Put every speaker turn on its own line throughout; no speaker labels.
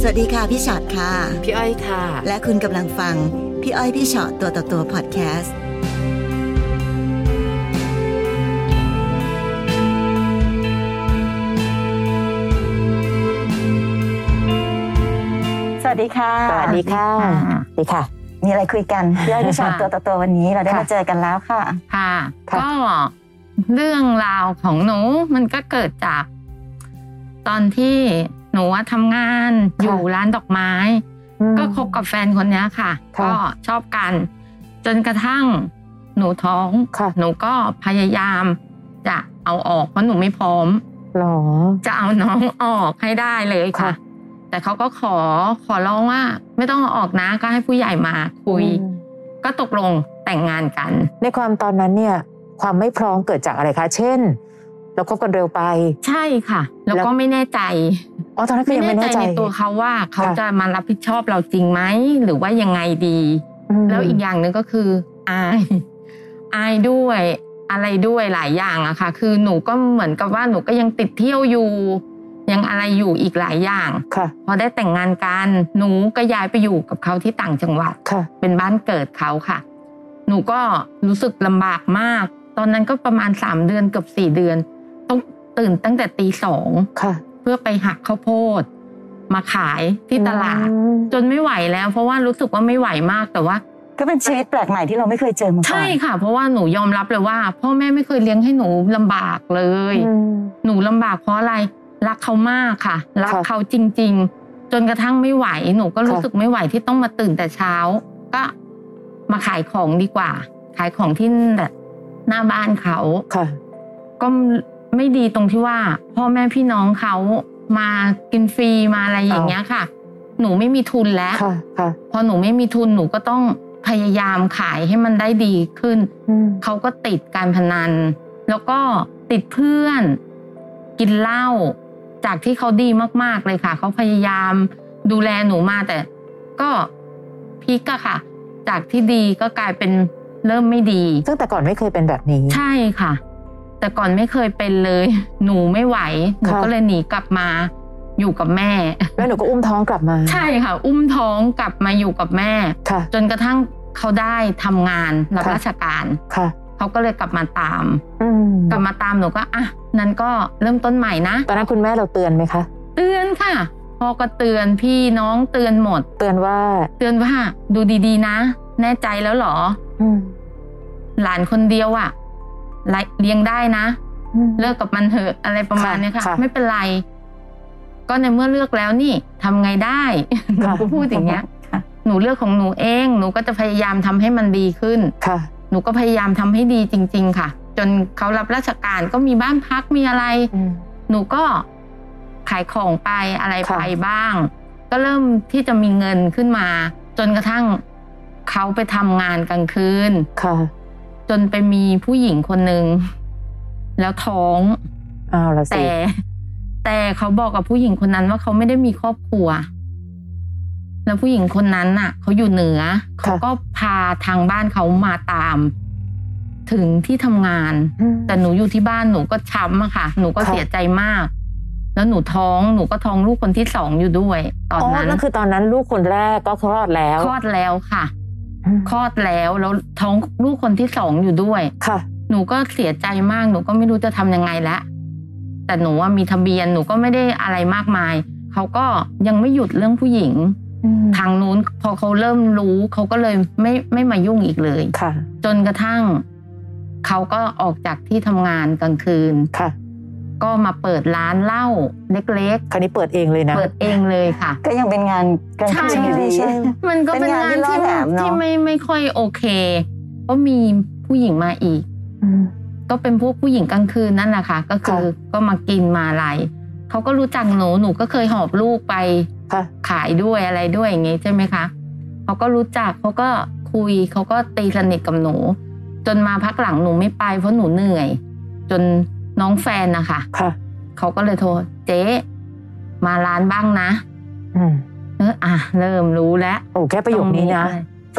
สวัสดีค่ะ พี่ชอตค่ะ
พี่อ้อยค่ะ
และคุณกำลังฟัง พี่อ้อยพี่ชอตตัวต่อตัวพอดแคสต์ สวัสดีค่ะ
สวัสดีค่ะ
ดีค่ะ
มีอะไรคุยกัน พี่อ้อยพี่ชอต
ค่ะ
ตัวต่อตัววันนี้เราได้
ค่ะ
มาเจอกันแล้วค่ะ
ค่ะ
ค่ะ
ก็เรื่องราวของหนูมันก็เกิดจาก ตอนที่หนูว่าทำงานอยู่ร้านดอกไม้ ก็คบกับแฟนคนเนี้ยค่ะ
ค่ะ
ก็ชอบกัน จนกระทั่งหนูท้อง
ค่ะ
หนูก็พยายามจะเอาออกเพราะหนูไม่พร้อม
หรอ
จะเอาน้องออกให้ได้เลยค่ะ
ค่ะ
แต่เขาก็ขอขอร้องว่า ไม่ต้องเอาออกนะก็ให้ผู้ใหญ่มาคุย
อืม
ก็ตกลงแต่งงานกัน
ในความตอนนั้นเนี่ย ความไม่พร้อมเกิดจากอะไรคะ เช่น เราคบกันเร็วไป
ใช่ค่ะ แล้ว
แล้ว
ก็ไม่แน่ใจ
อ๋อตอนนั้นก็
ไม่
ยัง
แน่
ไม่
ใจ
แน่ใจ
ในตัวเขาว่าเขา
ค่ะ
จะมารับผิดชอบเราจริงไหมหรือว่ายังไงดี
ม
แล้วอีกอย่างหนึ่งก็คือ อาย อายด้วยอะไรด้วยหลายอย่างอะค่ะ คือหนูก็เหมือนกับว่าหนูก็ยังติดเที่ยวอยู่ ยังอะไรอยู่อีกหลายอย่าง
ค่ะ
พอได้แต่งงานกันหนูก็ย้ายไปอยู่กับเขาที่ต่างจังหวัด
ค่ะ
เป็นบ้านเกิดเขาค่ะ หนูก็รู้สึกลำบากมาก ตอนนั้นก็ประมาณสามเดือนเกือบสี่เดือน ต้องตื่นตั้งแต่ตีสอง
ค่ะ
เพื่อไปหักข้าวโพด มาขายที่ตลาด
อืม
จนไม่ไหวแล้ว เพราะว่ารู้สึกว่าไม่ไหวมากแต่ว่า
ก็เป็นชีวิตแปลกใหม่ที่เราไม่เคยเจอมาก่อน
ใช่ค่ะ เพราะว่าหนูยอมรับเลยว่า พ่อแม่ไม่เคยเลี้ยงให้หนูลำบากเลย
อืม
หนูลำบากเพราะอะไร รักเขามากค่ะ รัก
ค่ะ
เขาจริง ๆ จนกระทั่งไม่ไหว หนูก็รู้
ค่ะ
สึกไม่ไหวที่ต้องมาตื่นแต่เช้า ก็มาขายของดีกว่า ขายของที่หน้าบ้านเขา
ค่ะ
ก็ไม่ดีตรงที่ว่า พ่อแม่พี่น้องเขามากินฟรีมาอะไรอย่างเงี้ยค่ะ หนูไม่มีทุนแล้ว
ค่ะ ค่ะ
พอหนูไม่มีทุนหนูก็ต้องพยายามขายให้มันได้ดีขึ้น
อืม
เขาก็ติดการพนัน แล้วก็ติดเพื่อน กินเหล้าจากที่เขาดีมากๆเลยค่ะ เขาพยายามดูแลหนูมาแต่ ก็พลิกอะค่ะ จากที่ดีก็กลายเป็นเริ่มไม่ดี
ซึ่งแต่ก่อนไม่เคยเป็นแบบนี้
ใช่ค่ะ แต่ก่อนไม่เคยเป็นเลย หนูไม่ไหวหนู
ค่ะ
ก็เลยหนีกลับมาอยู่กับแม่
แล้วหนูก็อุ้มท้องกลับมา
ใช่ค่ะ อุ้มท้องกลับมาอยู่กับแม่
ค่ะ
จนกระทั่งเขาได้ทำงานรับ
ค่ะ
ราชการ
ค่ะ
เขาก็เลยกลับมาตาม
อืม
กลับมาตามหนูก็อ่ะนั้นก็เริ่มต้นใหม่นะ
ตอนนั้นคุณแม่เราเตือนไหมคะ
เตือนค่ะพ่อก็เตือนพี่น้องเตือนหมด
เตือนว่า
เตือนว่าดูดีๆ นะ แน่ใจแล้วเหรอ
อืม
หลานคนเดียวอะไล่เลี้ยงได้นะ
อืม
เลิกกับมันเถอะอะไรประมาณเนี้ย
ค่ะ
ค่ะ
ค่ะ
ไม่เป็นไร ก็ในเมื่อเลือกแล้วนี่ทำไงได้หนู
ค่ะ
ก็พูดอย่างเงี้ย
ค่ะ
หนูเลือกของหนูเอง หนูก็จะพยายามทำให้มันดีขึ้น
ค่ะ
หนูก็พยายามทำให้ดีจริง ๆ ค่ะ จนเขารับราชการก็มีบ้านพักมีอะไร
อืม
หนูก็ขายของไปอะไร
ค่ะ
ไปบ้าง ก็เริ่มที่จะมีเงินขึ้นมา จนกระทั่งเขาไปทำงานกลางคืน
ค่ะ
จนไปมีผู้หญิงคนหนึ่งแล้วท้อง
อ้าวละสิ
แต่ แต่เขาบอกกับผู้หญิงคนนั้นว่าเขาไม่ได้มีครอบครัว แล้วผู้หญิงคนนั้นน่ะเขาอยู่เหนือ
ค่ะ
เขาก็พาทางบ้านเขามาตาม ถึงที่ทำงาน
อืม
แต่หนูอยู่ที่บ้านหนูก็ช้ำอะค่ะ หนูก็
ค่ะ
เสียใจมาก แล้วหนูท้องหนูก็ท้องลูกคนที่สองอยู่ด้วย ตอนนั้น
นั่นคือตอนนั้นลูกคนแรกก็คลอดแล้ว
คลอดแล้วค่ะ
อืม
คลอดแล้วแล้วท้องลูกคนที่สองอยู่ด้วย
ค่ะ
หนูก็เสียใจมากหนูก็ไม่รู้จะทำยังไงละแต่หนูว่ามีทะเบียนหนูก็ไม่ได้อะไรมากมาย เขาก็ยังไม่หยุดเรื่องผู้หญิง ทางนู้นพอเขาเริ่มรู้เขาก็เลยไม่ไม่มายุ่งอีกเลย
ค่ะ
จนกระทั่ง เขาก็ออกจากที่ทำงานกลางคืน
ค่ะ
ก็มาเปิดร้านเหล้าเล็ก
คราวนี้เปิดเองเลย
ๆ
นะ
เปิดเองเลยค่ะ
ก็ยังเป็นงานกลางคืน
ใช่
อยู่ดีใช่ไหม
มันก็เป็นงาน
เป็นงานที่ล่
ที่
อแหลมเนอะ
ที่ไม่ไม่ค่อยโอเคก็มีผู้หญิงมาอีก
อืม
ก็เป็นพวกผู้หญิงกลางคืนนั่นแหละค่ะ ก็คือ
ค่ะ
ก็มากินมาอะไรเขาก็รู้จักหนูหนูก็เคยหอบลูกไป
ค่ะ
ขายด้วยอะไรด้วยอย่างงี้ใช่ไหมคะเขาก็รู้จักเขาก็คุยเขาก็ตีสนิทกับหนู จนมาพักหลังหนูไม่ไปเพราะหนูเหนื่อย จนน้องแฟนนะคะ
ค่ะ
เขาก็เลยโทรเจ๊มาร้านบ้างนะ
อืม
เอออ่ะเริ่มรู้แล้ว
โอ้แค่ประโยคนี้นะ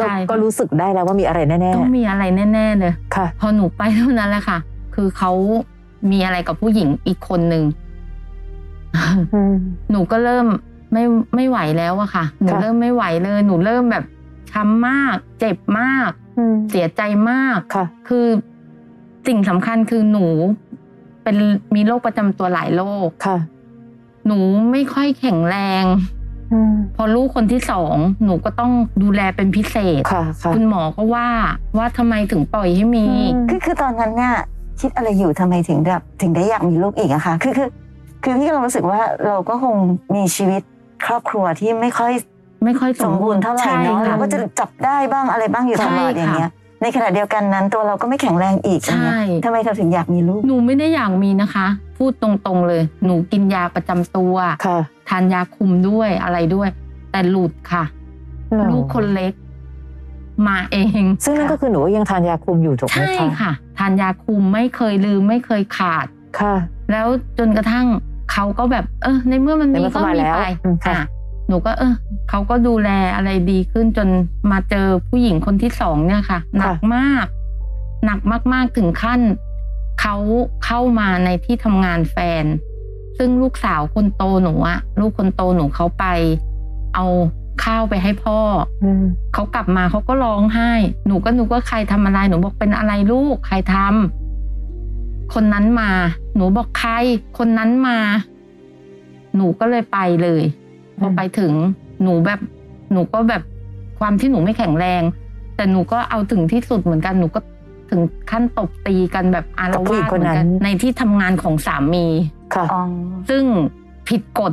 ต
ก็ก็
รงใช่
รู้สึกได้แล้วว่ามีอะไรแน่
ต้องมีอะไรแน่ๆเลย
ๆ ค่ะ
พอหนูไปเท่านั้นแหละค่ะ คือเขา มีอะไรกับผู้หญิงอีกคนนึง
อืม
หนูก็เริ่ม ไม่ไม่ไหวแล้วอะค่ะ หนู
ค่ะ
เริ่มไม่ไหวเลย หนูเริ่มแบบช้ำมาก เจ็บมาก
อืม
เสียใจมาก
ค่ะ
คือสิ่งสำคัญคือหนูเป็นมีโรคประจำตัวหลายโรค
ค่ะ
หนูไม่ค่อยแข็งแรง
อืม
พอลูกคนที่สองหนูก็ต้องดูแลเป็นพิเศษ
ค่ะค่ะ
คุณหมอก็ว่าว่าทำไมถึงปล่อยให้มี
คือคือตอนนั้นเนี่ยคิดอะไรอยู่ทำไมถึงแบบถึงได้อยากมีลูกอีกอะคะคือคือคือพี่เรารู้สึกว่าเราก็คงมีชีวิตครอบครัวที่ไม่ค่อย
ไม่ค่อย
ส
ส
ม
ม
บู
บู
ร
ร
ณ์
ณ์
เท่าไหร่
ใช่
เนาะ
ค่
เราก็จะจับได้บ้างอะไรบ้างอยู่ตลอด
ใช่ค่ะ
อย่างเงี้ย ในขณะเดียวกันนั้นตัวเราก็ไม่แข็งแรงอีกอย่างเงี้ย
ใช่
ทำไมเราถึงอยากมีลูก
หนูไม่ได้อยากมีนะคะ พูดตรงๆเลย หนูกินยาประจำตัว
ค่ะ
ทานยาคุมด้วยอะไรด้วย แต่หลุดค่ะ ลูกคนเล็ก มาเอง
ซึ่งนั่นก็คือหนูก็ยังทานยาคุมอยู่ถูกไหม
ใช่
คะ
ค่ะ ทานยาคุมไม่เคยลืมไม่เคยขาด
ค่ะ
แล้วจนกระทั่งเขาก็แบบ เออในเมื่อมัน
ใน
มี
เมื่อ
ก็
เข้ามา
มี
แล้ว
ไป
อืมค่ะ
อ่ะหนูก็เออเขาก็ดูแลอะไรดีขึ้นจนมาเจอผู้หญิงคนที่สองเนี่ยค่ะ หนักมาก หนักมากๆถึงขั้นเขาเข้ามาในที่ทำงานแฟน ซึ่งลูกสาวคนโตหนูอะลูกคนโตหนูเขาไป เอาข้าวไปให้พ่อ
อืม
เขากลับมาเขาก็ร้องไห้ หนูก็หนูก็ใครทำอะไร หนูบอกเป็นอะไรลูก ใครทำคนนั้นมา หนูบอกใคร คนนั้นมา หนูก็เลยไปเลย พอไปถึง หนูแบบ หนูก็แบบความที่หนูไม่แข็งแรง แต่หนูก็เอาถึงที่สุดเหมือนกัน หนูก็ถึงขั้นตบตีกันแบบอารวาสเหมือนกันในที่ทำงานของสามี
ค่ะ
อ๋อ
ซึ่งผิดกฎ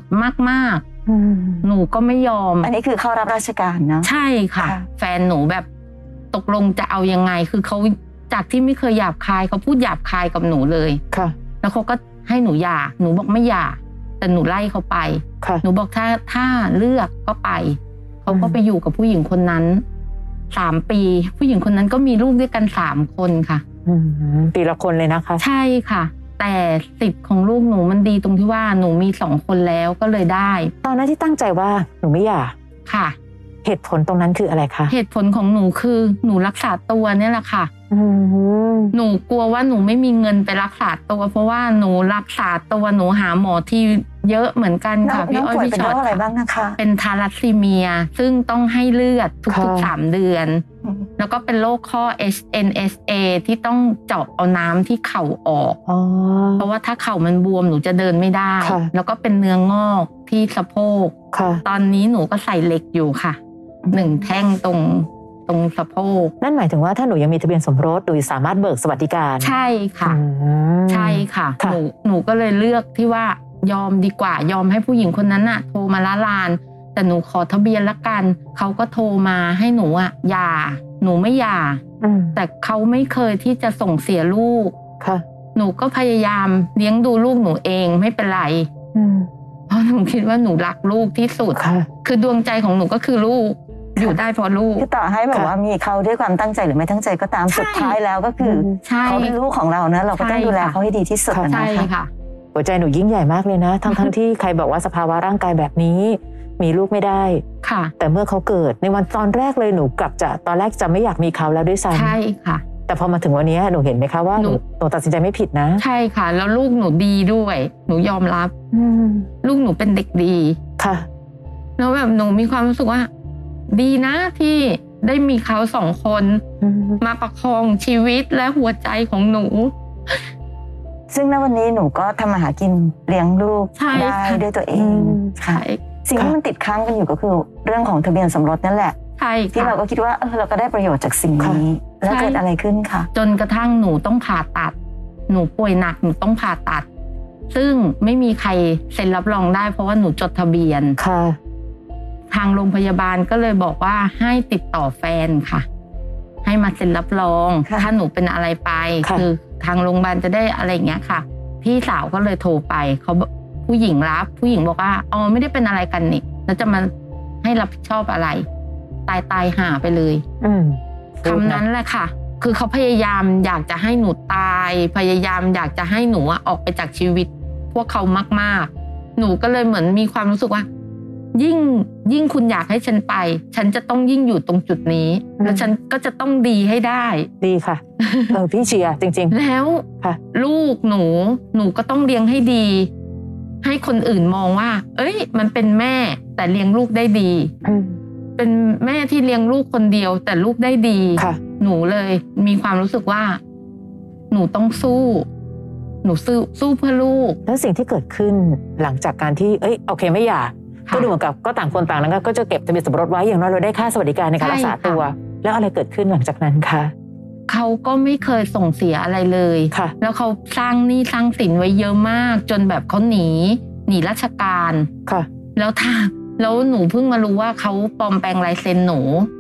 มาก
อืม
ๆ หนูก็ไม่ยอม
อันนี้คือเข้ารับราชการเนาะ
ใช่ค่ะ
ค่ะ
แฟนหนูแบบตกลงจะเอายังไง คือเขาจากที่ไม่เคยหยาบคายเขาพูดหยาบคายกับหนูเลย
ค่ะ
แล้วเขาก็ให้หนูหย่าหนูบอกไม่หย่าแต่หนูไล่เขาไป
ค่ะ
หนูบอกถ้าถ้าเลือกก็ไปเขาก็
อืม
ไปอยู่กับผู้หญิงคนนั้นสามปี ผู้หญิงคนนั้นก็มีลูกด้วยกันสามคนค่ะ
อืมปีละคนเลยนะคะ
ใช่ค่ะ แต่สิทธิ์ของลูกหนูมันดีตรงที่ว่าหนูมีสองคนแล้วก็เลยได้
ตอนนั้นที่ตั้งใจว่าหนูไม่อยาก
ค่ะ
เหตุผลตรงนั้นคืออะไรคะ
เหตุผลของหนูคือหนูรักษาตัวเนี่ยแหละค่ะ
อืม
หนูกลัวว่าหนูไม่มีเงินไปรักษาตัว เพราะว่าหนูรักษาตัวหนูหาหมอที่เยอะเหมือนกัน
น้อ
ค่ะ
ง
พี่
น้อง
อ้อย
ป่วย
พี่
เป็น
ช
โร
อต
คอะไรบ้างนะคะ
เป็นทาลัสซีเมีย ซึ่งต้องให้เลือดทุกๆสามเดือน
อืม
แล้วก็เป็นโรคข้อ HNSA ที่ต้องเจาะเอาน้ำที่เข่าออก
อ๋อ
เพราะว่าถ้าเข่ามันบวมหนูจะเดินไม่ได้
ค่ะ
แล้วก็เป็นเนื้องอกที่สะโพก
ค่ะ
ตอนนี้หนูก็ใส่เหล็กอยู่ค่ะหนึ่งแท่งตรงตรงสะโพก
นั่นหมายถึงว่าถ้าหนูยังมีทะเบียนสมรสหนูสามารถเบิกสวัสดิการ
ใช่ค่ะ
อืม
ใช่ค่ะ
ค่ะ
หนูหนูก็เลยเลือกที่ว่ายอมดีกว่า ยอมให้ผู้หญิงคนนั้นน่ะ โทรมาละลาน แต่หนูขอทะเบียนละกัน เขาก็โทรมาให้หนูอะหย่า หนูไม่หย่า
อืม
แต่เขาไม่เคยที่จะส่งเสียลูก
ค่ะ
หนูก็พยายามเลี้ยงดูลูกหนูเองไม่เป็นไร
อืม
เพราะหนูคิดว่าหนูรักลูกที่สุด
ค่ะ
คือดวงใจของหนูก็คือลูก อยู่ได้เพราะลูก
คือต่อให้แบบ
ค่ะ
ว่ามีเขาด้วยความตั้งใจหรือไม่ตั้งใจก็ตาม
ใช่
สุดท้ายแล้วก็คืออ
ใช่
เขาเป็นลูกของเรานะเราก็ต้องดูแลเขาให้ดีที่สุดอะ
ใช่
นะคะ
ค่ะ
หัวใจหนูยิ่งใหญ่มากเลยนะ ทั้งทั้งที่ใครบอกว่าสภาวะร่างกายแบบนี้ มีลูกไม่ได้
ค่ะ
แต่เมื่อเขาเกิดในวันตอนแรกเลยหนูกลับจะตอนแรกจะไม่อยากมีเขาแล้วด้วยซ้
ใช่ค่ะ
ำแต่พอมาถึงวันนี้หนูเห็นไหมคะว่าหนู
ห
ห
นู
นูตัดสินใจไม่ผิดนะ
ใช่ค่ะ แล้วลูกหนูดีด้วย หนูยอมรับ
อืม
ลูกหนูเป็นเด็กดี
ค่ะ
แล้วแบบหนูมีความรู้สึกว่า ดีนะที่ได้มีเขาสองคน
อืม
มาประคองชีวิตและหัวใจของหนู
ซึ่งณวันนี้หนูก็ทำมาหากินเลี้ยงลูก
ใช่
ได้
ค่ะ
ด้วยตัวเอ
อื
ง
ม
ค่ะ
ใช่
สิ่งที่มันติดค้างกันอยู่ก็คือเรื่องของทะเบียนสมรสนั่นแหละ
ใช่
ที่
ค่ะ
เราก็คิดว่าเออเราก็ได้ประโยชน์จากสิ่งนี้ แล้ว
ใช่
เกิดอะไรขึ้นคะ
จนกระทั่งหนูต้องผ่าตัด หนูป่วยหนักหนูต้องผ่าตัด ซึ่งไม่มีใครเซ็นรับรองได้เพราะว่าหนูจดทะเบียน
ค่ะ
ทางโรงพยาบาลก็เลยบอกว่าให้ติดต่อแฟนค่ะ ให้มาเซ็นรับรอง
ะ
ถ้าหนูเป็นอะไรไป
ค่ะ
อทางโรงพยาบาลจะได้อะไรอย่างเงี้ยค่ะ พี่สาวก็เลยโทรไปเขาบอกผู้หญิงรับ ผู้หญิงบอกว่าอ๋อไม่ได้เป็นอะไรกันนี่แล้วจะมาให้รับผิดชอบอะไร ตายตายหาไปเลย
อืม
คำนั้นแหละค่ะ คือเขาพยายามอยากจะให้หนูตาย พยายามอยากจะให้หนูอะออกไปจากชีวิต พวกเขามาก ๆ หนูก็เลยเหมือนมีความรู้สึกว่า ยิ่งยิ่งคุณอยากให้ฉันไป ฉันจะต้องยิ่งอยู่ตรงจุดนี้ แล้วฉันก็จะต้องดีให้ได้
ดี ค่ะเออพี่เชียร์จริง
แล้ว
ค่ะ
ลูกหนู หนูก็ต้องเลี้ยงให้ดี ให้คนอื่นมองว่า เอ้ย มันเป็นแม่แต่เลี้ยงลูกได้ดี
อืม
เป็นแม่ที่เลี้ยงลูกคนเดียว แต่ลูกได้ดี
ค่ะ
หนูเลยมีความรู้สึกว่า หนูต้องสู้ หนูสู้สู้เพื่อลูก
แล้วสิ่งที่เกิดขึ้นหลังจากการที่เอ้ยโอเคไม่หย่า
ค่ะ
ก็ดูเหมือนกับก็ต่างคนต่างนั้นก็จะเก็บทะเบียนสมรสไว้อย่างน้อยเราได้ค่าสวัสดิการในการ
ใช่
รักษา
ค่ะ
ตัว แล้วอะไรเกิดขึ้นหลังจากนั้นคะ
เขาก็ไม่เคยส่งเสียอะไรเลย
ค่ะ
แล้วเขาสร้างหนี้สร้างสินไว้เยอะมาก จนแบบเขาหนี หนีราชการ
ค่ะ
แล้วถ้าแล้วหนูเพิ่งมารู้ว่าเขาปลอมแปลงลายเซ็นหนู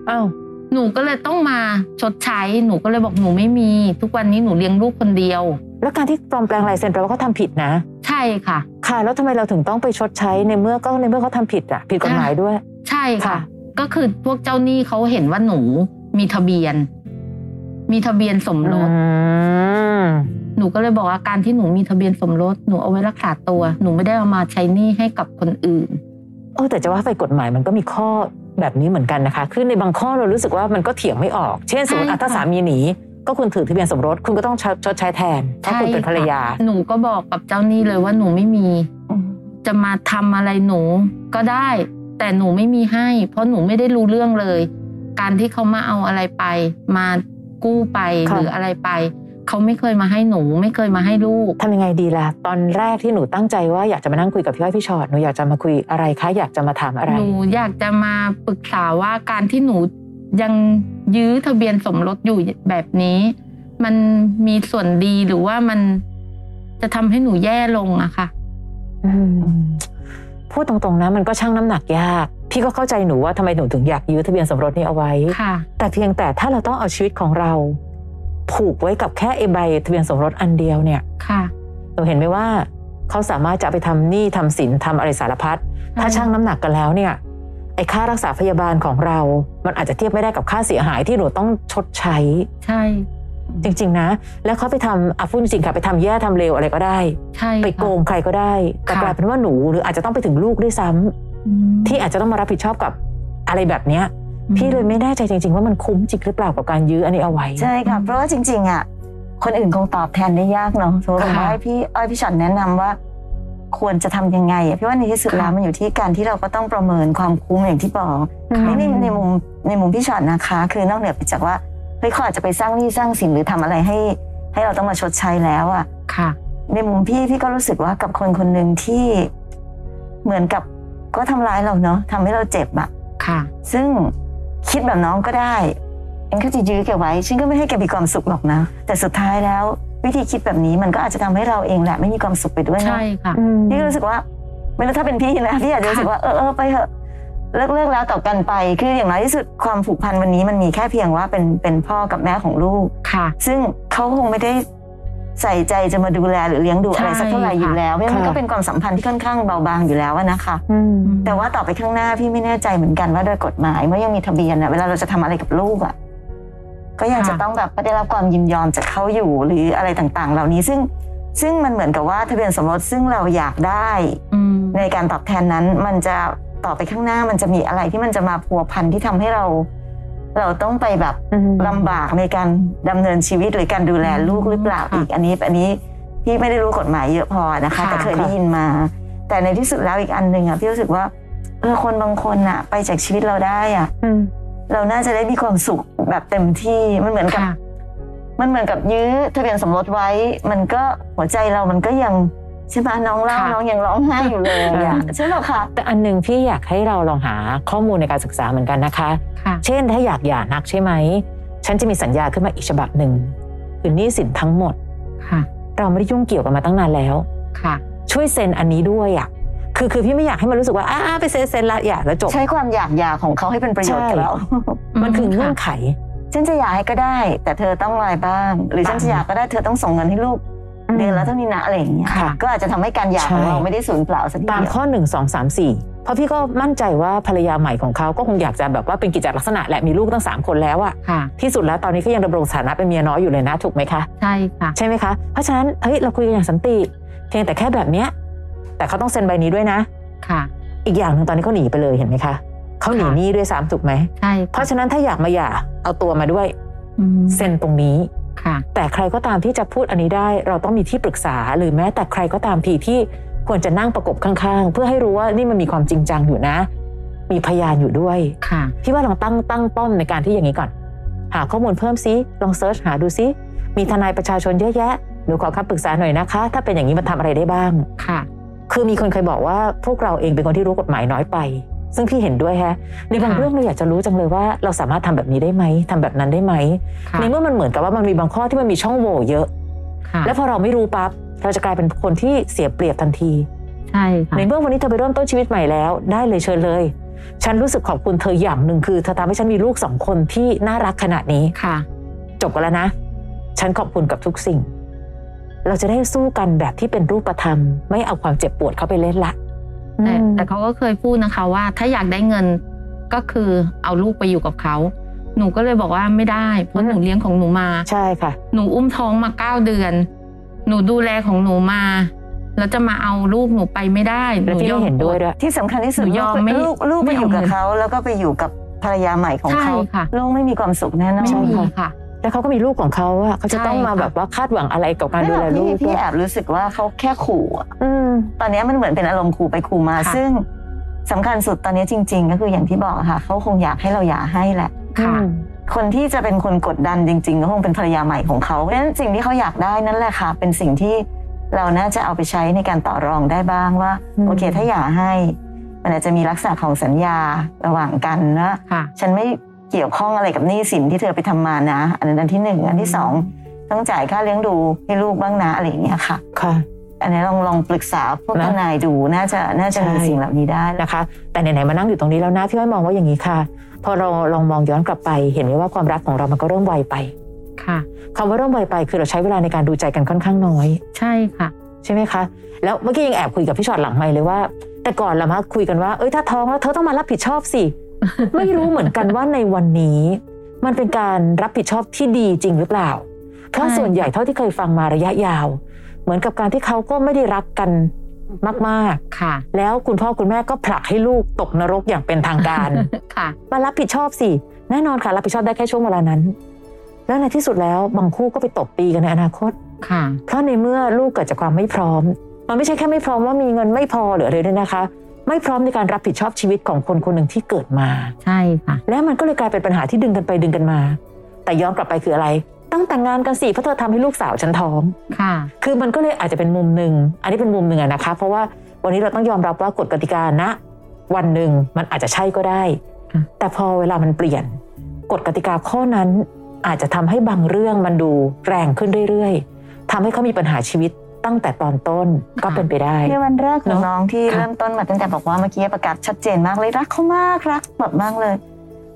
อ้าว
หนูก็เลยต้องมาชดใช้ หนูก็เลยบอกหนูไม่มี ทุกวันนี้หนูเลี้ยงลูกคนเดียว
แล้วการที่ปลอมแปลงลายเซ็นแปลว่าเขาทำผิดนะ
ใช่ค่ะ
ค่ะ แล้วทำไมเราถึงต้องไปชดใช้ในเมื่อก็ในเมื่อเขาทำผิดอ่ะผิดกฎหมายด้วย
ใช่ค่ะ
ค่ะ
ก็คือพวกเจ้าหนี้เขาเห็นว่าหนูมีทะเบียน มีทะเบียนสมร
อื
ส
ม
หนูก็เลยบอกว่าการที่หนูมีทะเบียนสมรสหนูเอาไว้รักษาตัว หนูไม่ได้เอามาใช้หนี้ให้กับคนอื่น
เออแต่จะว่าไปกฎหมายมันก็มีข้อแบบนี้เหมือนกันนะคะคือในบางข้อเรารู้สึกว่ามันก็เถียงไม่ออก เช่นสมมติอ่ะ
ใช่ค่ะ
ถ้าสามีหนีก็คุณถือทะเบียนสมรสคุณก็ต้องชดใช้แทนเพราะคุณเป็นภรรยา
หนูก็บอกกับเจ้าหนี้เลยว่าหนูไม่มี
อืม
จะมาทำอะไรหนูก็ได้ แต่หนูไม่มีให้ เพราะหนูไม่ได้รู้เรื่องเลย การที่เขามาเอาอะไรไป มากู้ไป
ค่ะ
หรืออะไรไป เขาไม่เคยมาให้หนู ไม่เคยมาให้ลูก
ทำยังไงดีล่ะ ตอนแรกที่หนูตั้งใจว่าอยากจะมานั่งคุยกับพี่อ้อยพี่ชอตหนูอยากจะมาคุยอะไรคะ อยากจะมาถามอะไร
หนูอยากจะมาปรึกษาว่าการที่หนูยังยื้อทะเบียนสมรสอยู่แบบนี้ มันมีส่วนดีหรือว่ามันจะทำให้หนูแย่ลงอะค่ะ
อืมพูดตรงๆนะ มันก็ช่างน้ำหนักยาก พี่ก็เข้าใจหนูว่าทำไมหนูถึงอยากยื้อทะเบียนสมรสนี้เอาไว้
ค่ะ
แต่เพียงแต่ถ้าเราต้องเอาชีวิตของเรา ผูกไว้กับแค่ไอใบทะเบียนสมรสอันเดียวเนี่ย
ค่ะ
หนูเห็นไหมว่า เขาสามารถจะเอาไปทำหนี้ทำสินทำอะไรสารพัดถ้าช่างน้ำหนักกันแล้วเนี่ย ไอค่ารักษาพยาบาลของเรา มันอาจจะเทียบไม่ได้กับค่าเสียหายที่หนูต้องชดใช้
ใช่
จริงๆนะ แล้วเขาไปทำอ่ะพูดจริงๆค่ะ ไปทำแย่ทำเลวอะไรก็ได้
ใช่ค่ะ
ไปโกงใครก็ได้ แต่
ค่ะ
กลายเป็นว่าหนูหรืออาจจะต้องไปถึงลูกด้วยซ้ำ
อืม
ที่อาจจะต้องมารับผิดชอบกับอะไรแบบเนี้ย พี่เลยไม่แน่ใจจริง ๆ ว่ามันคุ้มจริงหรือเปล่ากับการยื้ออันนี้เอาไว้
ใช่ค่ะเพราะว่าจริง ๆอ่ะคนอื่นคงตอบแทนได้ยากเนาะสมมติ
ค่ะ
ว่าให้พี่อ้อยพี่ฉันแนะนำว่า ควรจะทำยังไงอะพี่ว่าในที่สุดแล้วมันอยู่ที่การที่เราก็ต้องประเมินความคุ้มอย่างที่บอก
ค่ะ
นี่ในในมุมในมุมพี่ชอตนะคะ คือนอกเหนือไปจากว่าเฮ้ยเขาอาจจะไปสร้างหนี้สร้างสินหรือทำอะไรให้ ให้เราต้องมาชดใช้แล้วอะ
ค่ะ
ในมุมพี่พี่ก็รู้สึกว่ากับคนคนหนึ่งที่เหมือนกับก็ทำร้ายเราเนาะทำให้เราเจ็บอะ
ค่ะ
ซึ่งคิดแบบน้องก็ได้เอ็นก็จะยื้อแกไว้ฉันก็ไม่ให้แกมีความสุขหรอกนะ แต่สุดท้ายแล้ว วิธีคิดแบบนี้มันก็อาจจะทำให้เราเองแหละไม่มีความสุขไปด้วยเนอะ
ใช่ค่ะ
อืม
พี่ก็รู้สึกว่าไม่รู้ถ้าเป็นพี่นะพี่อาจจะรู้สึกว่าเออเออไปเถอะเลิกเลิกแล้วต่อกันไป คืออย่างน้อยที่สุดความผูกพันวันนี้มันมีแค่เพียงว่าเป็นเป็นพ่อกับแม่ของลูก
ค่ะ
ซึ่งเขาคงไม่ได้ใส่ใจจะมาดูแลหรือเลี้ยงดูอะไรสักเท่าไหร่อยู่แล้วเพราะฉะนั้นมันก็เป็นความสัมพันธ์ที่ค่อนข้างเบาบางอยู่แล้วอะนะคะ
อืม
แต่ว่าต่อไปข้างหน้าพี่ไม่แน่ใจเหมือนกันว่าโดยกฎหมายเมื่อยังมีทะเบียนอะเวลาเราจะทำอะไรกับลูกอะก็ยัง
ค่ะ
จะต้องแบบได้รับความยินยอมจากเขาอยู่หรืออะไรต่างๆ เหล่านี้ซึ่งซึ่งมันเหมือนกับว่าทะเบียนสมรสซึ่งเราอยากได้
อืม
ในการตอบแทนนั้นมันจะต่อไปข้างหน้ามันจะมีอะไรที่มันจะมาพัวพันที่ทำให้เรา เราต้องไปแบบ
อืม
ลำบากในการดำเนินชีวิตหรือการดูแลลูกหรือเปล่า
ค่ะ
อีกอันนี้อันนี้พี่ไม่ได้รู้กฎหมายเยอะพอนะคะ
ค่ะ
แต่เคยได้ยินมา แต่ในที่สุดแล้วอีกอันหนึ่งอ่ะพี่รู้สึกว่าเออคนบางคนอ่ะ ไปจากชีวิตเราได้อ่ะ
อืม
เราน่าจะได้มีความสุขแบบเต็มที่มันเหมือนกับ
ค่ะ
มันเหมือนกับยื้อทะเบียนสมรสไว้ มันก็หัวใจเรามันก็ยังใช่ไหมน้องเล่า
ค่ะ
น้องยังร้องไห้อยู่เลยอะใช่ไหมคะ
แต่อันหนึ่งพี่อยากให้เราลองหาข้อมูลในการศึกษาเหมือนกันนะคะ
ค่ะ
เช่นถ้าอยากหย่านักใช่ไหมฉันจะมีสัญญาขึ้นมาอีกฉบับหนึ่งคือหนี้สินทั้งหมด
ค่ะ
เราไม่ได้ยุ่งเกี่ยวกันมาตั้งนานแล้ว
ค่ะ
ช่วยเซ็นอันนี้ด้วยอ่ะคือคือพี่ไม่อยากให้มันรู้สึกว่าอ้าๆไปเซ็นเซ็นละหย่าแล้วจบ
ใช้ความอยากอยากของเขาให้เป็นประโยชน์กับเรา
มันคือเงื่อนไข
ฉันจะอยากให้ก็ได้ แต่เธอต้องอะไรบ้าง หรือฉันจะอยากก็ได้เธอต้องส่งเงินให้ลูกเดือนละเท่านี้นะอะไรอย่างเงี้ย
ค่ะ
ก็อาจจะทำให้การอยากของ
ใช่
เราไม่ได้สูญเปล่าสักที
ตาม
เดียว
ข้อ 1 2 3 4 เพราะพี่ก็มั่นใจว่าภรรยาใหม่ของเขาก็คงอยากจะแบบว่าเป็นกิจจลักษณะแหละมีลูกตั้ง 3 คนแล้วอะ
ค่ะ
ที่สุดแล้วตอนนี้ก็ยังดำรงสถานะเป็นเมียน้อยอยู่เลยนะถูกไหมคะ
ใช่ค่ะ
ใช่ไหมคะ เพราะฉะนั้นเฮ้ยเราคุยกันอย่างสันติเพียงแต่แค่แบบเนี้ยแต่เขาต้องเซ็นใบนี้ด้วยนะ
ค่ะ
อีกอย่างหนึ่งตอนนี้เขาหนีไปเลยเห็นไหมคะเขาหนีหนี้ด้วยซ้ำถูกไหม
ใช่
เพ
ค่ะ
ราะฉะนั้นถ้าอยากมาหย่าเอาตัวมาด้วย
อืม
เซ็นตรงนี้
ค่ะ
แต่ใครก็ตามที่จะพูดอันนี้ได้ เราต้องมีที่ปรึกษาหรือแม้แต่ใครก็ตามทีที่ ควรจะนั่งประกบข้างๆ เพื่อให้รู้ว่านี่มันมีความจริงจังอยู่นะ มีพยานอยู่ด้วย
ค่ะ
พี่ว่าลองตั้งตั้งป้อมในการที่อย่างนี้ก่อน หาข้อมูลเพิ่มซิลองเซิร์ชหาดูซิมีทนายประชาชนเยอะแยะหนูขอคำปรึกษาหน่อยนะคะ ถ้าเป็นอย่างนี้มันทำอะไรได้บ้าง
ค่ะ
คือมีคนเคยบอกว่าพวกเราเองเป็นคนที่รู้กฎหมายน้อยไป ซึ่งพี่เห็นด้วยแฮะ ในบาง
ค่ะ
เรื่องเราอยากจะรู้จังเลยว่า เราสามารถทำแบบนี้ได้ไหมทำแบบนั้นได้ไหม
ค่ะ
ในเมื่อมันเหมือนกับว่ามันมีบางข้อที่มันมีช่องโหว่เยอะ
ค่ะ
แล้วพอเราไม่รู้ปั๊บเราจะกลายเป็นคนที่เสียเปรียบทันที
ใช่ค่ะ
ในเมื่อวันนี้เธอไปเริ่มต้นชีวิตใหม่แล้ว ได้เลยเชิญเลย ฉันรู้สึกขอบคุณเธออย่างหนึ่งคือเธอทำให้ฉันมีลูกสองคนที่น่ารักขนาดนี้
ค่ะ
จบกันแล้วนะ ฉันขอบคุณกับทุกสิ่ง เราจะได้สู้กันแบบที่เป็นรูปธรรม ไม่เอาความเจ็บปวดเข้าไปเล่นละ
แต่
อืม
แต่เขาก็เคยพูดนะคะว่าถ้าอยากได้เงินก็คือเอาลูกไปอยู่กับเขา หนูก็เลยบอกว่าไม่ได้ เพ
อื
ราะ
ม
หนูเลี้ยงของหนูมา
ใช่ค่ะ
หนูอุ้มท้องมาเก้าเดือน หนูดูแลของหนูมาแล้วจะมาเอาลูกหนูไปไม่ได้
และพี่
ยอ
ไม่
ม
เห็นด้วยด้วย
ที่สำคัญที่สุด
หนูยอมไม่
ลูกลูก
ไม่
ไปอยู่กับ
เอาเงิน
เขาแล้วก็ไปอยู่กับภรรยาใหม่ของเขา
ใช่ค่ะ
ลูกไม่มีความสุขแน่นอน
ไม่มี
ใช่ค่ะ
ค่ะ
แล้วเขาก็มีลูกของเขาอะเขาจะต้องมา
ใช่ค่ะ
แบบว่าคาดหวังอะไรกับการดูแลลูก
ไม่หรอพี่
ด้ว
พี่
ย
แอบรู้สึกว่าเขาแค่ขู่อะ
อืม
ตอนเนี้ยมันเหมือนเป็นอารมณ์ขู่ไปขู่มา
ค่ะ
ซึ่งสำคัญสุดตอนเนี้ยจริง ๆ ก็คืออย่างที่บอกอะค่ะเขาคงอยากให้เราหย่าให้แหละ
ค่ะ
คนที่จะเป็นคนกดดันจริงๆก็คงเป็นภรรยาใหม่ของเขาเพราะฉะนั้นสิ่งที่เขาอยากได้นั่นแหละค่ะ เป็นสิ่งที่เราน่าจะเอาไปใช้ในการต่อรองได้บ้างว่า
อืม
โอเคถ้าหย่าให้ มันอาจจะมีลักษณะของสัญญาระหว่างกันนะ
ค่ะ
ฉันไม่เกี่ยวข้องอะไรกับหนี้สินที่เธอไปทำมานะ อันนั้นอันที่หนึ่งอันที่สองต้องจ่ายค่าเลี้ยงดูให้ลูกบ้างนะอะไรอย่างเงี้ยค่ะ
ค่ะ
อันนี้ลองลองปรึกษาพวก
นะ
ทนายดูน่าจะน่าจะมี
ใช่
สิ่งเหล่านี้ได้แล้ว
นะคะ แต่ไหนๆมานั่งอยู่ตรงนี้แล้วนะพี่อ้อยมองว่าอย่างนี้ค่ะ พอเราลองมองย้อนกลับไป เห็นไหมว่าความรักของเรามันก็เริ่มไวไป
ค่ะ
คำว่าเริ่มไวไปคือเราใช้เวลาในการดูใจกันค่อนข้างน้อย
ใช่ค่ะ
ใช่ไหมคะ แล้วเมื่อกี้ยังแอบคุยกับพี่ชอตหลังไมค์เลยว่า แต่ก่อนละมาคุยกันว่า เอ้ยถ้าท้องแล้วเธอต้องมารับผิดชอบสิ ไม่รู้เหมือนกันว่าในวันนี้ มันเป็นการรับผิดชอบที่ดีจริงหรือเปล่า เพราะ
ใช่
ส่วนใหญ่เท่าที่เคยฟังมาระยะยาว เหมือนกับการที่เขาก็ไม่ได้รักกันมาก
ค่ะ
ๆ แล้วคุณพ่อคุณแม่ก็ผลักให้ลูกตกนรกอย่างเป็นทางการ
ค่ะ
มารับผิดชอบสิแน่นอนค่ะ รับผิดชอบได้แค่ช่วงเวลานั้น แล้วในที่สุดแล้วบางคู่ก็ไปตบตีกันในอนาคต
ค่ะ
เพราะในเมื่อลูกเกิดจากความไม่พร้อม มันไม่ใช่แค่ไม่พร้อมว่ามีเงินไม่พอหรืออะไรด้วยนะคะ ไม่พร้อมในการรับผิดชอบชีวิตของคนคนหนึ่งที่เกิดมา
ใช่ค่ะ
และมันก็เลยกลายเป็นปัญหาที่ดึงกันไปดึงกันมา แต่ย้อนกลับไปคืออะไร ตั้งแต่งงานกันสิเพราะเธอทำให้ลูกสาวฉันท้อง
ค่ะ
คือมันก็เลยอาจจะเป็นมุมหนึ่ง อันนี้เป็นมุมหนึ่งอะนะคะ เพราะว่าวันนี้เราต้องยอมรับว่ากฎกติกานะ วันหนึ่งมันอาจจะใช่ก็ได้
ค่ะ
แต่พอเวลามันเปลี่ยน กฎกติกาข้อนั้น อาจจะทำให้บางเรื่องมันดูแรงขึ้นเรื่อยๆทำให้เขามีปัญหาชีวิตตั้งแต่ตอนต้นก็เป็นไปได้
ในวันแรกของ
เนอะ
น้องที่
ค่ะ
เริ่มต้นมาตั้งแต่บอกว่าเมื่อกี้ประกาศชัดเจนมากเลยรักเขามากรักแบบมากเลย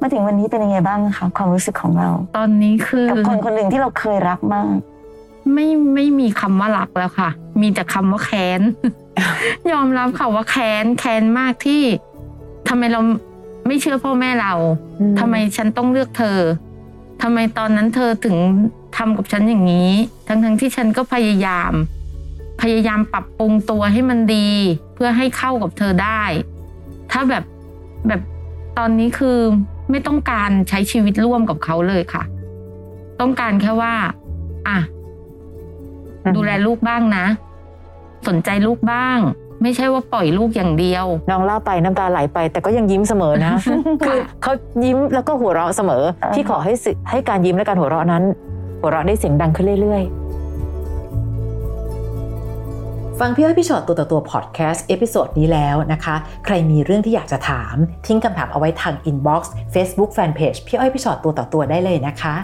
มาถึงวันนี้เป็นยังไงบ้างคะความรู้สึกของเรา
ตอนนี้คือ
กับคนคนหนึ่งที่เราเคยรักมาก
ไม่ไม่มีคำว่ารักแล้วค่ะ มีแต่คำว่าแค้น ยอมรับค่ะว่าแค้นแค้นมากที่ทำไมเราไม่เชื่อพ่อแม่เรา ทำไมฉันต้องเลือกเธอ ทำไมตอนนั้นเธอถึงทำกับฉันอย่างนี้ ทั้งทั้งๆที่ฉันก็พยายาม พยายามปรับปรุงตัวให้มันดี เพื่อให้เข้ากับเธอได้ ถ้าแบบแบบตอนนี้คือไม่ต้องการใช้ชีวิตร่วมกับเขาเลยค่ะ ต้องการแค่ว่า อ่ะ
อืม
ดูแลลูกบ้างนะ สนใจลูกบ้าง ไม่ใช่ว่าปล่อยลูกอย่างเดียว
น้องเล่าไปน้ำตาไหลไป แต่ก็ยังยิ้มเสมอ นะ คือเขายิ้มแล้วก็หัวเราะเสมอ
เออ
ที่ขอให้สิให้การยิ้มและการหัวเราะนั้น หัวเราะได้เสียงดังขึ้นเรื่อยๆ
ฟังพี่อ้อยพี่ชอตตัวต่อตัวพอดแคสต์เอพิโซดนี้แล้วนะคะ ใครมีเรื่องที่อยากจะถาม ทิ้งคำถามเอาไว้ทางอินบ็อกซ์เฟซบุ๊กแฟนเพจพี่อ้อยพี่ชอตตัวต่อตัวได้เลยนะคะ